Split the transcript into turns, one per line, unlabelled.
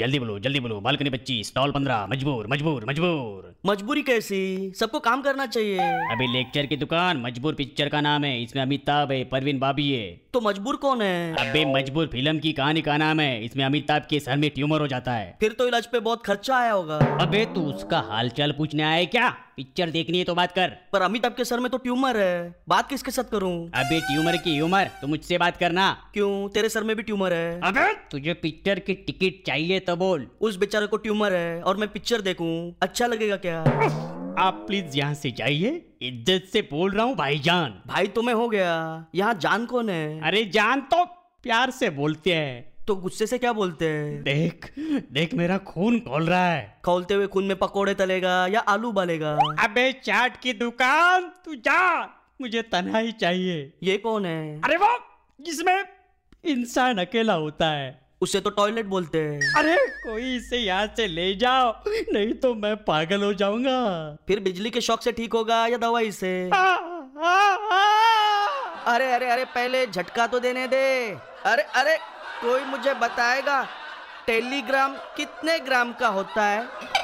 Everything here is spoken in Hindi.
जल्दी बोलो जल्दी बोलो बालकनी पच्चीस स्टॉल पंद्रह मजबूर मजबूर मजबूर
मजबूरी कैसी सबको काम करना चाहिए
अभी लेक्चर की दुकान मजबूर पिक्चर का नाम है इसमें अमिताभ है परवीन बाबी है
तो मजबूर कौन है
अबे मजबूर फिल्म की कहानी का नाम है इसमें अमिताभ के सर में ट्यूमर हो जाता है
फिर तो इलाज पे बहुत खर्चा आया होगा
अबे तू उसका हालचाल पूछने आया है क्या पिक्चर देखनी है तो बात कर
पर अमिताभ के सर में तो ट्यूमर है बात किसके साथ करूं
अबे ट्यूमर की उम्र तो मुझसे बात करना
क्यों तेरे सर में भी ट्यूमर है
अबे तुझे पिक्चर की टिकट चाहिए तो बोल
उस बेचारे को ट्यूमर है और मैं पिक्चर देखूं अच्छा लगेगा क्या
आप प्लीज यहाँ से जाइए इज्जत से बोल रहा हूँ भाईजान
भाई तुम्हें हो गया यहाँ जान कौन है
अरे जान तो प्यार से बोलते हैं
तो गुस्से से क्या बोलते हैं
देख देख मेरा खून खोल रहा है
खोलते हुए खून में पकोड़े तलेगा या आलू उबालेगा
अबे चाट की दुकान तू जा मुझे तन्हाई चाहिए
ये कौन है
अरे वो जिसमें इंसान अकेला होता है
उसे तो टॉयलेट बोलते हैं
अरे कोई इसे यहाँ से ले जाओ नहीं तो मैं पागल हो जाऊंगा
फिर बिजली के शौक से ठीक होगा या दवाई से
आ, आ, आ।
अरे अरे अरे पहले झटका तो देने दे अरे अरे कोई मुझे बताएगा टेलीग्राम कितने ग्राम का होता है